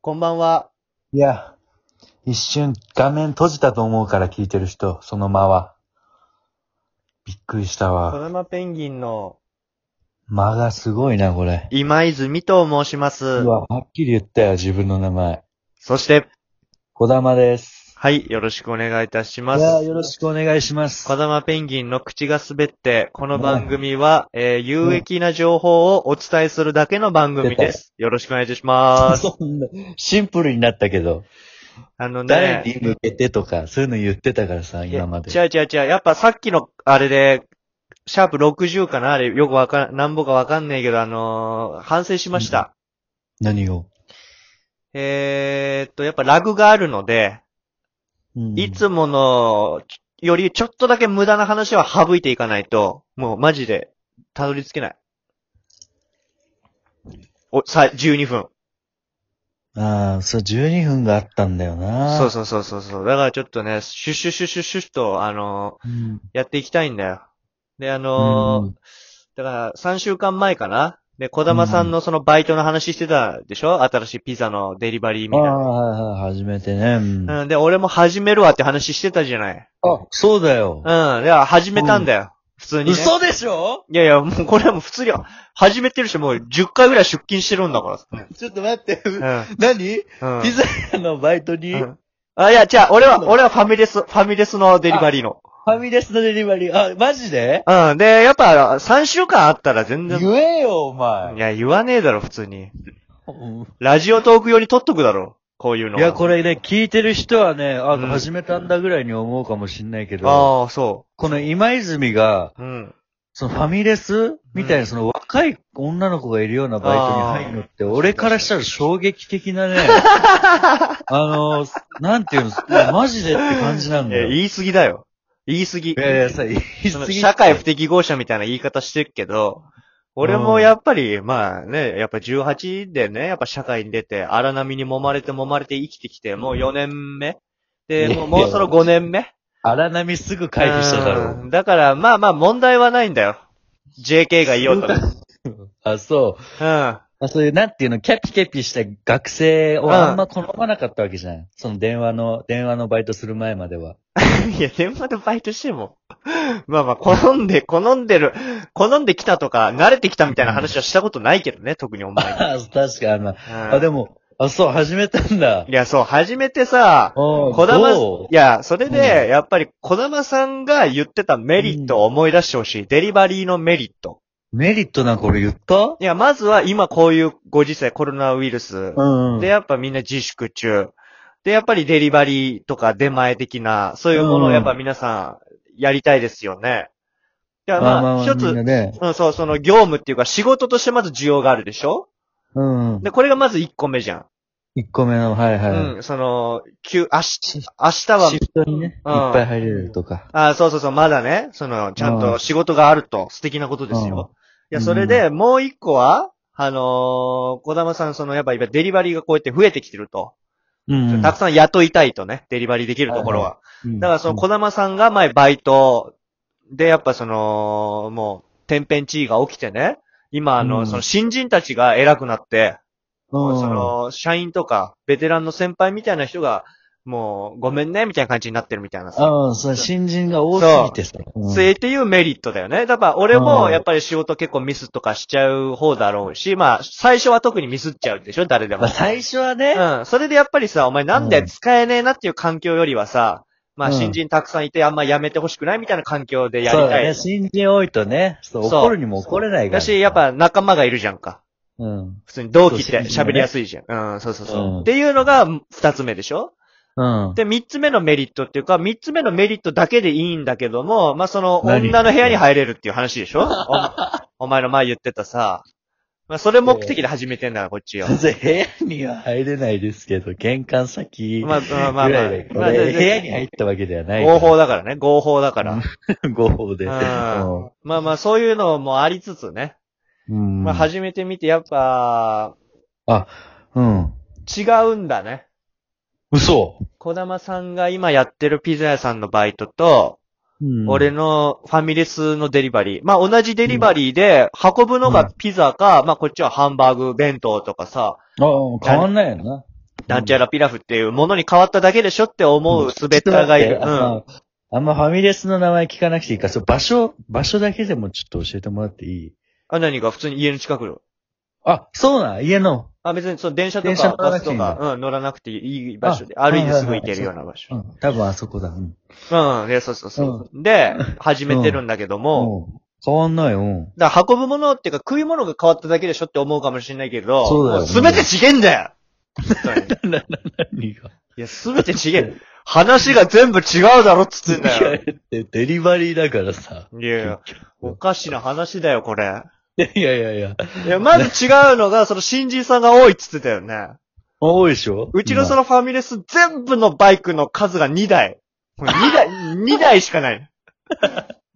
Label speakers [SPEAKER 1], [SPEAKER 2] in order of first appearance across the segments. [SPEAKER 1] こんばんは。
[SPEAKER 2] いや、一瞬画面閉じたと思うから聞いてる人、その間は。びっくりした
[SPEAKER 1] ソ
[SPEAKER 2] わ。
[SPEAKER 1] ラマペンギンの
[SPEAKER 2] 間がすごいな、これ。
[SPEAKER 1] 今泉と申しま
[SPEAKER 2] う
[SPEAKER 1] す。
[SPEAKER 2] わ、はっきり言ったよ、自分の名前。
[SPEAKER 1] そして、
[SPEAKER 2] 小玉です。
[SPEAKER 1] はい、よろしくお願いいたしま
[SPEAKER 2] い
[SPEAKER 1] す。
[SPEAKER 2] や、よろしくお願いします。
[SPEAKER 1] 風間ペンギンの口が滑って、この番組は、えー有益な情報をお伝えするだけの番組です。よろしくお願いいたし ます。
[SPEAKER 2] そんなシンプルになったけど、
[SPEAKER 1] あのね、
[SPEAKER 2] 誰に向けてとか、そういうの言ってたからさ、今まで。
[SPEAKER 1] 違う違う違う、やっぱさっきの、あれで、シャープ60かなあれ、よくわかん、なんぼかわかんないけど、あのー反省しました。
[SPEAKER 2] 何を、
[SPEAKER 1] えーっと、やっぱラグがあるので、
[SPEAKER 2] うん
[SPEAKER 1] いつものよりちょっとだけ無駄な話は省いていかないと、もうマジで、たどり着けない。お、さ、12分。
[SPEAKER 2] ああ、そう、12分があったんだよな。
[SPEAKER 1] そうそうそうそうそう。だからちょっとね、シュッシュッシュッシュッシュッと、あの
[SPEAKER 2] うん。
[SPEAKER 1] ーやっていきたいんだよ。で、あ
[SPEAKER 2] う
[SPEAKER 1] のー
[SPEAKER 2] ん
[SPEAKER 1] だから3週間前かなで、小玉さんのそのバイトの話してたでしょ新しいピザのデリバリーみ
[SPEAKER 2] あ
[SPEAKER 1] たい
[SPEAKER 2] あ、
[SPEAKER 1] な。
[SPEAKER 2] はいはい、初めてね。うんあ、
[SPEAKER 1] うん、で、俺も始めるわって話してたじゃない。
[SPEAKER 2] そうだよ。
[SPEAKER 1] うん、では始めたんだよ。普通に、ね。
[SPEAKER 2] 嘘でしょ
[SPEAKER 1] いやいや、もうこれはもう普通に始めてるし、もう10回ぐらい出勤してるんだから。
[SPEAKER 2] ちょっと待って。
[SPEAKER 1] うん。
[SPEAKER 2] 何
[SPEAKER 1] うん。
[SPEAKER 2] ピザ屋のバイトに、
[SPEAKER 1] う
[SPEAKER 2] フ
[SPEAKER 1] んあ、いや、じゃあ、俺は、俺はファミレス、ファミレスのデリバリーの。
[SPEAKER 2] ァミレスのデリバリー、あ、マジで
[SPEAKER 1] うん。で、やっぱ、3週間あったら全然、
[SPEAKER 2] 言えよ、お
[SPEAKER 1] い
[SPEAKER 2] 前。
[SPEAKER 1] や、言わねえだろ、普通に。
[SPEAKER 2] うん
[SPEAKER 1] ラジオトーク用に撮っとくだろ、こういうの。
[SPEAKER 2] いや、これね、聞いてる人はね、あ、
[SPEAKER 1] うん
[SPEAKER 2] 始めたんだぐらいに思うかもしんないけど、
[SPEAKER 1] ああ、そ
[SPEAKER 2] この今泉が、
[SPEAKER 1] う。うん。
[SPEAKER 2] そのファミレスみたいな、その若い女の子がいるようなバイトに入るのって、俺からしたら衝撃的 なね、あの、なんていうの、マジでって感じなんだ
[SPEAKER 1] え、
[SPEAKER 2] よ。い
[SPEAKER 1] 言い過ぎだよ。言い過ぎ。
[SPEAKER 2] やいや、さ、言い
[SPEAKER 1] そ
[SPEAKER 2] 過
[SPEAKER 1] の
[SPEAKER 2] ぎ。
[SPEAKER 1] 社会不適合者みたいな言い方してるけど、俺もやっぱり、まあね、やっぱ18でね、やっぱ社会に出て、荒波に揉まれて揉まれて生きてきて、もう4年目で、もうもうそろ5年目
[SPEAKER 2] 荒波すぐ回避しただろう。
[SPEAKER 1] うんだから、まあまあ問題はないんだよ。JK がいようとね。
[SPEAKER 2] あ、そ
[SPEAKER 1] う
[SPEAKER 2] う。
[SPEAKER 1] ん。
[SPEAKER 2] あそういう、なんていうの、キャピキャピした学生をあんま好まなかったわけじゃん。その電話の、電話のバイトする前までは。
[SPEAKER 1] いや、電話でバイトしても。まあまあ、好んで、好んでる、好んできたとか、慣れてきたみたいな話はしたことないけどね、特にお前に。
[SPEAKER 2] あ確かあの、あ、
[SPEAKER 1] あ
[SPEAKER 2] でも、あ、そう、始めたんだ
[SPEAKER 1] い。や、そう、初めてさ、
[SPEAKER 2] お
[SPEAKER 1] 小玉、い
[SPEAKER 2] ど
[SPEAKER 1] や、それで、
[SPEAKER 2] う
[SPEAKER 1] やっぱり小玉さんが言ってたメリットを思い出してほしい。デリバリーのメリット。
[SPEAKER 2] うメリットなんか俺言った
[SPEAKER 1] いや、まずは今こういうご時世コロナウイルス。
[SPEAKER 2] ん
[SPEAKER 1] で、やっぱみんな自粛中。で、やっぱりデリバリーとか出前的な、そういうものを
[SPEAKER 2] うん
[SPEAKER 1] やっぱ皆さんやりたいですよね。いや、
[SPEAKER 2] まあまあ
[SPEAKER 1] まあ、
[SPEAKER 2] まあ、
[SPEAKER 1] 一
[SPEAKER 2] みん
[SPEAKER 1] つ
[SPEAKER 2] な、ね。
[SPEAKER 1] うん、そう、その業務っていうか仕事としてまず需要があるでしょ
[SPEAKER 2] うん。
[SPEAKER 1] で、これがまず1個目じゃん。
[SPEAKER 2] 1個目の、はいはい。
[SPEAKER 1] うん、その、急、明日、明日は
[SPEAKER 2] シフトにね、いっ
[SPEAKER 1] うん
[SPEAKER 2] ぱい入れるとか。
[SPEAKER 1] あそうそうそう、まだね、その、ちゃんと仕事があると、素敵なことですよ。いや、それで、もう一個は、あのー、小玉さん、その、やっぱ今、デリバリーがこうやって増えてきてると。
[SPEAKER 2] うん。
[SPEAKER 1] たくさん雇いたいとね、デリバリーできるところは。
[SPEAKER 2] うん
[SPEAKER 1] だから、その、小玉さんが前、バイトで、やっぱその、もう、天変地異が起きてね、今、あの、
[SPEAKER 2] うん
[SPEAKER 1] その、新人たちが偉くなって、
[SPEAKER 2] うん
[SPEAKER 1] その、社員とか、ベテランの先輩みたいな人が、もう、ごめんね、みたいな感じになってるみたいなさ。
[SPEAKER 2] うん、そう、新人が多すぎてさ。うん
[SPEAKER 1] それっていうメリットだよね。だから俺も
[SPEAKER 2] うん
[SPEAKER 1] やっぱり仕事結構ミスとかしちゃう方だろうし、まあ最初は特にミスっちゃうでしょ、誰で
[SPEAKER 2] ま
[SPEAKER 1] も
[SPEAKER 2] あ、。最初はね、
[SPEAKER 1] うん。それでやっぱりさ、お前なんで
[SPEAKER 2] うん
[SPEAKER 1] 使えねえなっていう環境よりはさ、まあ
[SPEAKER 2] うん
[SPEAKER 1] 新人たくさんいてあんまやめてほしくないみたいな環境でやり
[SPEAKER 2] そう
[SPEAKER 1] た
[SPEAKER 2] だね、
[SPEAKER 1] い。
[SPEAKER 2] 新人多いとね、そう
[SPEAKER 1] そう
[SPEAKER 2] 怒るにも怒れないから。
[SPEAKER 1] だし、やっ、ぱ仲間がいるじゃんか。
[SPEAKER 2] うん。
[SPEAKER 1] 普通に同期って
[SPEAKER 2] そう
[SPEAKER 1] 喋りやすいじゃん。うん、そうそうそう。
[SPEAKER 2] うん
[SPEAKER 1] っていうのが二つ目でしょ
[SPEAKER 2] うん。
[SPEAKER 1] で、三つ目のメリットっていうか、三つ目のメリットだけでいいんだけども、まあ、その、
[SPEAKER 2] 何
[SPEAKER 1] 女の部屋に入れるっていう話で しょおお前の前言ってたさ。まあ、それ目的で始めてんだから、こっちよ。
[SPEAKER 2] 全然部屋には入れないですけど、玄関先ぐ
[SPEAKER 1] まあ、まあ、まあ、ま
[SPEAKER 2] ら
[SPEAKER 1] あ
[SPEAKER 2] いで、、
[SPEAKER 1] まあ、全
[SPEAKER 2] 俺部屋に
[SPEAKER 1] 然
[SPEAKER 2] 入ったわけではない。
[SPEAKER 1] 合法だからね、合法だから。
[SPEAKER 2] 合法で。
[SPEAKER 1] うん
[SPEAKER 2] うん
[SPEAKER 1] まあまあ、そういうのもありつつね。
[SPEAKER 2] うん。
[SPEAKER 1] まあ、始めてみて、やっぱ、
[SPEAKER 2] うん。
[SPEAKER 1] 違うんだね。
[SPEAKER 2] 嘘
[SPEAKER 1] 小玉さんが今やってるピザ屋さんのバイトと、
[SPEAKER 2] うん
[SPEAKER 1] 俺のファミレスのデリバリー。まあ、同じデリバリーで、運ぶのがピザか、まあ、こっちはハンバーグ弁当とかさ、
[SPEAKER 2] ああ、変わんないよな。
[SPEAKER 1] なんちゃらピラフっていうものに変わっただけでしょって思うスベッターがいる。
[SPEAKER 2] ちょっと待ってあのあんまファミレスの名前聞かなくていいから、そう場所、場所だけでもちょっと教えてもらっていい
[SPEAKER 1] あ、何か普通に家の近くの。
[SPEAKER 2] あ、そうなん、家の。
[SPEAKER 1] あ、別にその電車と
[SPEAKER 2] 電車
[SPEAKER 1] か
[SPEAKER 2] 乗
[SPEAKER 1] バ
[SPEAKER 2] らな
[SPEAKER 1] ス
[SPEAKER 2] くてい
[SPEAKER 1] と
[SPEAKER 2] いんだ
[SPEAKER 1] か、うん、乗らなくていい場所で、歩いてすぐ行けるような場
[SPEAKER 2] う
[SPEAKER 1] 所。
[SPEAKER 2] ん、多分あそこだ。うん。
[SPEAKER 1] うん、で、そうそうそう。で、始めてるんだけども、
[SPEAKER 2] うん変わんないよ。うん
[SPEAKER 1] だから運ぶものっていうか食い物が変わっただけでしょって思うかもしれないけど、
[SPEAKER 2] そうだよね
[SPEAKER 1] すべて違えんだよ本当に
[SPEAKER 2] 何が
[SPEAKER 1] いや、すべて違え。話が全部違うだろっつってんだよ。
[SPEAKER 2] ってデリバリーだからさ。
[SPEAKER 1] いやいや、おかしな話だよ、これ。
[SPEAKER 2] いやいやいや。
[SPEAKER 1] いや、まず違うのが、その新人さんが多いっつってたよね。
[SPEAKER 2] 多いでしょ
[SPEAKER 1] うちのそのファミレス全部のバイクの数が2台。もう2台、2台しかない。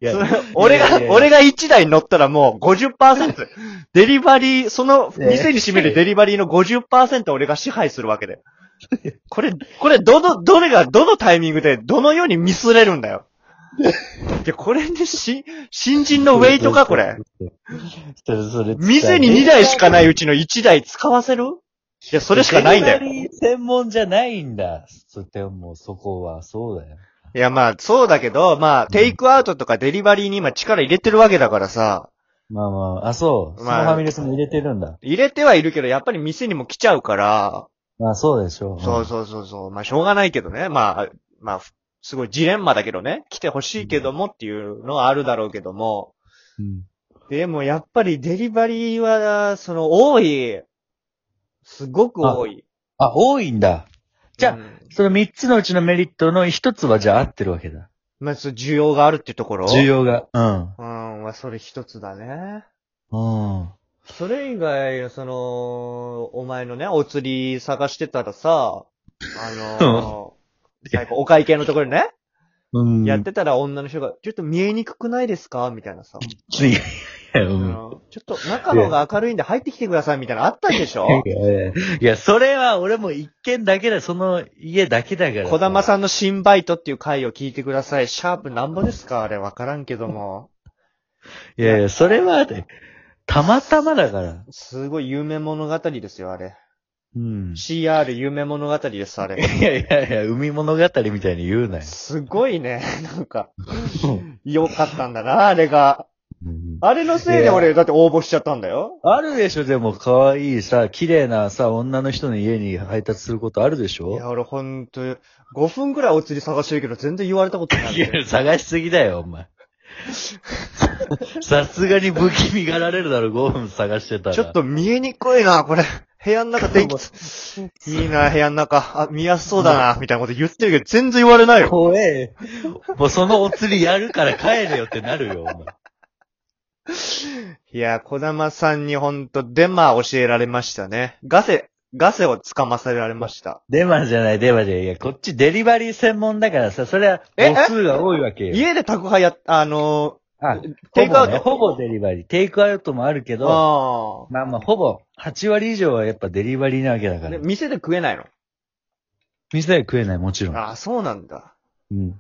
[SPEAKER 2] 今い
[SPEAKER 1] そ
[SPEAKER 2] や
[SPEAKER 1] の 俺
[SPEAKER 2] いやいやい
[SPEAKER 1] が、
[SPEAKER 2] や
[SPEAKER 1] 俺が1台乗ったらもう50%。デリバリー、その
[SPEAKER 2] ね
[SPEAKER 1] 店に占めるデリバリーの50%俺が支配するわけで。これ、これ、どの、どれが、どのタイミングで、どのようにミスれるんだよ。いや、これでし、新人のウェイトか、これ。。
[SPEAKER 2] それ、それ。
[SPEAKER 1] 店に2台しかないうちの1台使わせるいや、それしかないんだよ
[SPEAKER 2] デ。リバリー専門じゃないんだ。そてもうそこは、そうだよ。
[SPEAKER 1] いや、まあ、そうだけど、まあ、テイクアウトとかデリバリーに今力入れてるわけだからさ、
[SPEAKER 2] まあまあ、あ、そう。その
[SPEAKER 1] まあ
[SPEAKER 2] ファミレスも入れてるんだ。
[SPEAKER 1] 入れてはいるけど、やっぱり店にも来ちゃうから、
[SPEAKER 2] まあそうでしょ。
[SPEAKER 1] そうそうそうそう、まあ、しょうがないけどね、まあ、まあ、ふすごいジレンマだけどね、来てほしいけどもっていうのはあるだろうけども、
[SPEAKER 2] うん。
[SPEAKER 1] でもやっぱりデリバリーは、その、多い。すごく多い。
[SPEAKER 2] あ、多いんだ。じゃあ
[SPEAKER 1] うん
[SPEAKER 2] その3つのうちのメリットの1つはじゃあ合ってるわけだ。
[SPEAKER 1] まあ、そう需要があるってところ
[SPEAKER 2] 需要が。うん。
[SPEAKER 1] うん、まあ、それ一つだね。
[SPEAKER 2] うん。
[SPEAKER 1] それ以外、その、お前のね、お釣り探してたらさ、あ のー、最後お会計のところね、
[SPEAKER 2] うん。
[SPEAKER 1] やってたら女の人が、ちょっと見えにくくないですかみたいなさ、
[SPEAKER 2] いや、う
[SPEAKER 1] あ
[SPEAKER 2] ん。
[SPEAKER 1] のちょっと中のが明るいんで入ってきてくださいみたいなのあったんでしょ
[SPEAKER 2] いやいや、それは俺も一軒だけだ、その家だけだから。
[SPEAKER 1] 小玉
[SPEAKER 2] ん。
[SPEAKER 1] さんの新バイトっていう回を聞いてください。シャープなんぼですかあれわからんけども。
[SPEAKER 2] いやいや、それは、たまたまだから。
[SPEAKER 1] すごい夢物語ですよ、あれ。
[SPEAKER 2] うん。
[SPEAKER 1] CR 夢物語です、あれ。
[SPEAKER 2] いやいやいや、海物語みたいに言うなよ。
[SPEAKER 1] すごいね、なんか、良かったんだな、あれが。あれのせいで俺、だって応募しちゃったんだよ。
[SPEAKER 2] あるでしょ、でも可愛いさ、綺麗なさ、女の人の家に配達することあるでし
[SPEAKER 1] い
[SPEAKER 2] ょ
[SPEAKER 1] や、俺ほんと、5分くらいお釣り探してるけど、全然言われたことない。
[SPEAKER 2] いや、探しすぎだよ、お 前。さすがに不気味がられるだろ、5分探してたら。
[SPEAKER 1] ちょっと見えにくいな、これ。 部屋の中電気つ、 いいな、部屋の中。あ、見やすそうだな、みたいなこと言ってるけど、全然言われないよ。
[SPEAKER 2] 怖え。もうそのお釣りやるから帰れよってなるよ、お前。
[SPEAKER 1] いや、小玉さんにほんと、デマ教えられましたね。ガセ、ガセをつかまされられました。
[SPEAKER 2] デマじゃない、デマじゃない。いや、こっちデリバリー専門だからさ、それは
[SPEAKER 1] え
[SPEAKER 2] 母数が多いわけよ。
[SPEAKER 1] 家で宅配や、あの
[SPEAKER 2] あ、
[SPEAKER 1] テイクアウ
[SPEAKER 2] ほぼね
[SPEAKER 1] ト。
[SPEAKER 2] ほぼデリバリー。テイクアウトもあるけど、
[SPEAKER 1] あ
[SPEAKER 2] まあまあ、ほぼ、8割以上はやっぱデリバリーなわけだか
[SPEAKER 1] あ。で
[SPEAKER 2] ら。
[SPEAKER 1] 店で食えないの
[SPEAKER 2] 店で食えない、もちろん。
[SPEAKER 1] ああ、そうなんだ。
[SPEAKER 2] うん。
[SPEAKER 1] い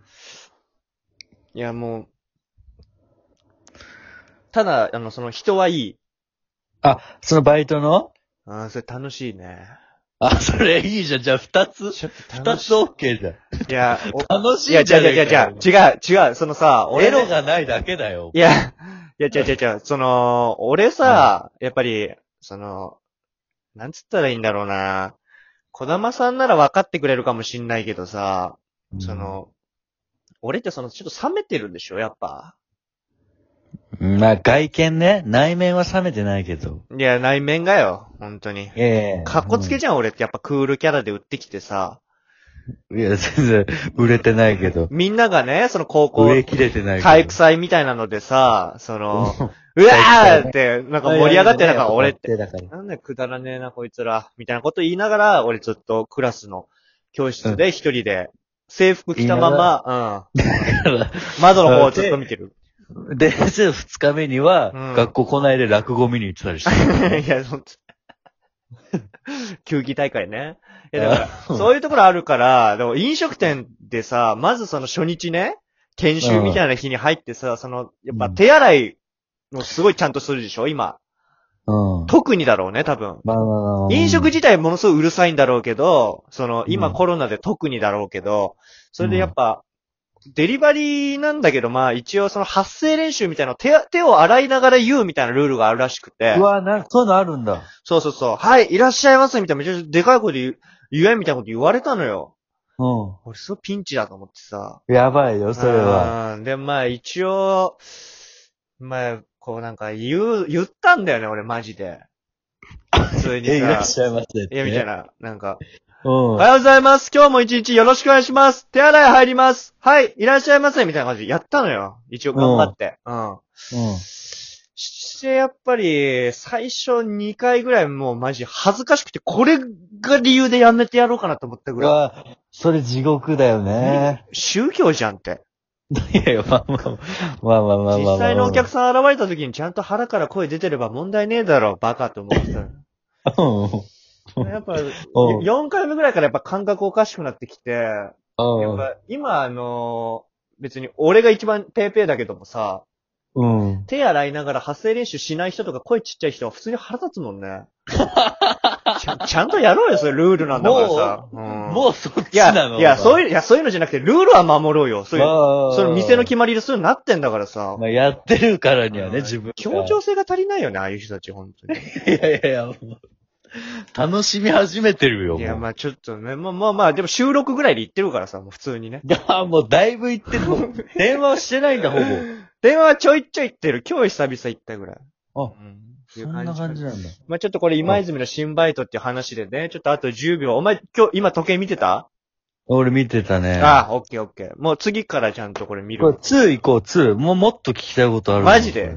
[SPEAKER 1] や、もう。ただ、あの、その人はいい。
[SPEAKER 2] あ、そのバイトの
[SPEAKER 1] ああ、それ楽しいね。
[SPEAKER 2] あ、それいいじゃん。じゃあ、二つ、
[SPEAKER 1] ちょっと
[SPEAKER 2] 二
[SPEAKER 1] 楽
[SPEAKER 2] つ
[SPEAKER 1] しい。
[SPEAKER 2] OK じゃん。
[SPEAKER 1] いや、
[SPEAKER 2] 楽し
[SPEAKER 1] いや、
[SPEAKER 2] い
[SPEAKER 1] じ
[SPEAKER 2] じ
[SPEAKER 1] ゃあ
[SPEAKER 2] ゃん。
[SPEAKER 1] じゃあじゃあじゃあ違う、違う、そのさ、
[SPEAKER 2] 俺
[SPEAKER 1] 俺の、
[SPEAKER 2] の
[SPEAKER 1] い
[SPEAKER 2] がないだけだよ。
[SPEAKER 1] や、いや、違う違う違う、その、俺さ、やっぱり、その、なんつったらいいんだろうな。小玉さんなら分かってくれるかもしんないけどさ、その、俺ってその、ちょっと冷めてるんでしょ、やっぱ。
[SPEAKER 2] うん、まあ、外見ね、内面は冷めてないけど。
[SPEAKER 1] いや、内面がよ、本当に。
[SPEAKER 2] ええ
[SPEAKER 1] かっこつけじゃん、俺ってやっぱクールキャラで売ってきてさ。
[SPEAKER 2] いや、全然、売れてないけど。
[SPEAKER 1] みんながね、その高校
[SPEAKER 2] 売、れ切れてないけど。
[SPEAKER 1] 体育祭みたいなのでさ、その、うわーって、なんか盛り上がって、なんか俺って、
[SPEAKER 2] て。だから
[SPEAKER 1] なんでくだらねえなこいつら、みたいなこと言いながら、俺ずっとクラスの教室で一人で、制服着たまま、うん、窓の方をずっと見てる。
[SPEAKER 2] で、二日目には、
[SPEAKER 1] うん
[SPEAKER 2] 学校来ないで落語見に行って たりして。
[SPEAKER 1] いや、ほんと。 球技大会ね。いや、だから、
[SPEAKER 2] うん
[SPEAKER 1] そういうところあるから、でも飲食店でさ、まずその初日ね、研修みたいな日に入ってさ、その、やっぱ手洗いもすごいちゃんとするでしょ今。
[SPEAKER 2] うん。
[SPEAKER 1] 特にだろうね、多分。
[SPEAKER 2] まあまあまあ
[SPEAKER 1] 飲食
[SPEAKER 2] 時
[SPEAKER 1] 自体ものすごいうるさいんだろうけど、その、今
[SPEAKER 2] うん
[SPEAKER 1] コロナで特にだろうけど、それでやっぱ、デリバリーなんだけど、まあ一応その発声練習みたいなの手、手を洗いながら言うみたいなルールがあるらしくて
[SPEAKER 2] う、わ、なんかそういうのあるんだ。
[SPEAKER 1] そうそうそう、はい、いらっしゃいますみたいな、めちゃめちゃでかい声で言う言えみたいなこと言われたのよ。
[SPEAKER 2] う
[SPEAKER 1] 俺、そうピンチだと思ってさ。
[SPEAKER 2] ん。やばいよ、それは。
[SPEAKER 1] うん。で、まあ一応、まあ、こうなんか言う、言ったんだよね、俺マジ で。普通にさ。
[SPEAKER 2] え、いらっしゃいませって
[SPEAKER 1] いや、みたいな、なんか。
[SPEAKER 2] うん。
[SPEAKER 1] おはようございます。今日も一日よろしくお願いします。手洗い入ります。はい、いらっしゃいませ。みたいな感じでやったのよ。一応頑張って。うん。
[SPEAKER 2] う
[SPEAKER 1] して、やっぱり、最初2回ぐらいもうマジ恥ずかしくて、これが理由でやめてやろうかなと思った
[SPEAKER 2] ん。
[SPEAKER 1] ぐ
[SPEAKER 2] う
[SPEAKER 1] ら
[SPEAKER 2] わ、それ地獄だ よね。
[SPEAKER 1] い。宗教じゃんって。
[SPEAKER 2] いやいや、まあまあまあまあまあまあまあ。
[SPEAKER 1] 実際のお客
[SPEAKER 2] さ
[SPEAKER 1] さん現れた時にちゃんと腹から声出てれば問題ねえだろ、バカと思ってたの。
[SPEAKER 2] ん。うん。
[SPEAKER 1] やっぱ、4回目ぐらいからやっぱ感覚おかしくなってきて、やっぱ今あのー別に俺が一番ペーペーだけどもさ、
[SPEAKER 2] うん。
[SPEAKER 1] 手洗いながら発声練習しない人とか声ちっちゃい人は普通に腹立つもん ね。ちゃんちゃんとやろうよ、それルールなんだからさ。うん
[SPEAKER 2] もうそっ
[SPEAKER 1] い
[SPEAKER 2] ちな
[SPEAKER 1] や、
[SPEAKER 2] の
[SPEAKER 1] いや、そう
[SPEAKER 2] いう、
[SPEAKER 1] いう、いや、そういうのじゃなくて、ルールは守ろうよ。そういう、そ
[SPEAKER 2] そ
[SPEAKER 1] の店の決まりでそういうのなってんだからさ。
[SPEAKER 2] まあ、やってるからにはね、自分が。
[SPEAKER 1] 協調性が足りないよね、ああいう人たち、本当に。
[SPEAKER 2] いやいやいや、もう楽しみ始めてるよ、もう。
[SPEAKER 1] い
[SPEAKER 2] い
[SPEAKER 1] や、
[SPEAKER 2] や、
[SPEAKER 1] まあちょっとね、まあまあまあ、でも収録ぐらいで行ってるからさ、もう普通にね。
[SPEAKER 2] もうだいぶ行ってる。もう電話してないんだ、ほぼ。
[SPEAKER 1] 電話はちょいちょい行ってる。今日久々行ったぐらい。
[SPEAKER 2] あ
[SPEAKER 1] うんっていう
[SPEAKER 2] そんな感じなんだ。
[SPEAKER 1] まあ、ちょっとこれ今泉の新バイトっていう話でね、ちょっとあと10秒。お前今日、今時計見てた、
[SPEAKER 2] 俺見てたね。
[SPEAKER 1] ああ、オッケーオッケー。もう次からちゃんとこれ見
[SPEAKER 2] これ
[SPEAKER 1] る。
[SPEAKER 2] 2行こう、2。もうもっと聞きたいことある。
[SPEAKER 1] マジで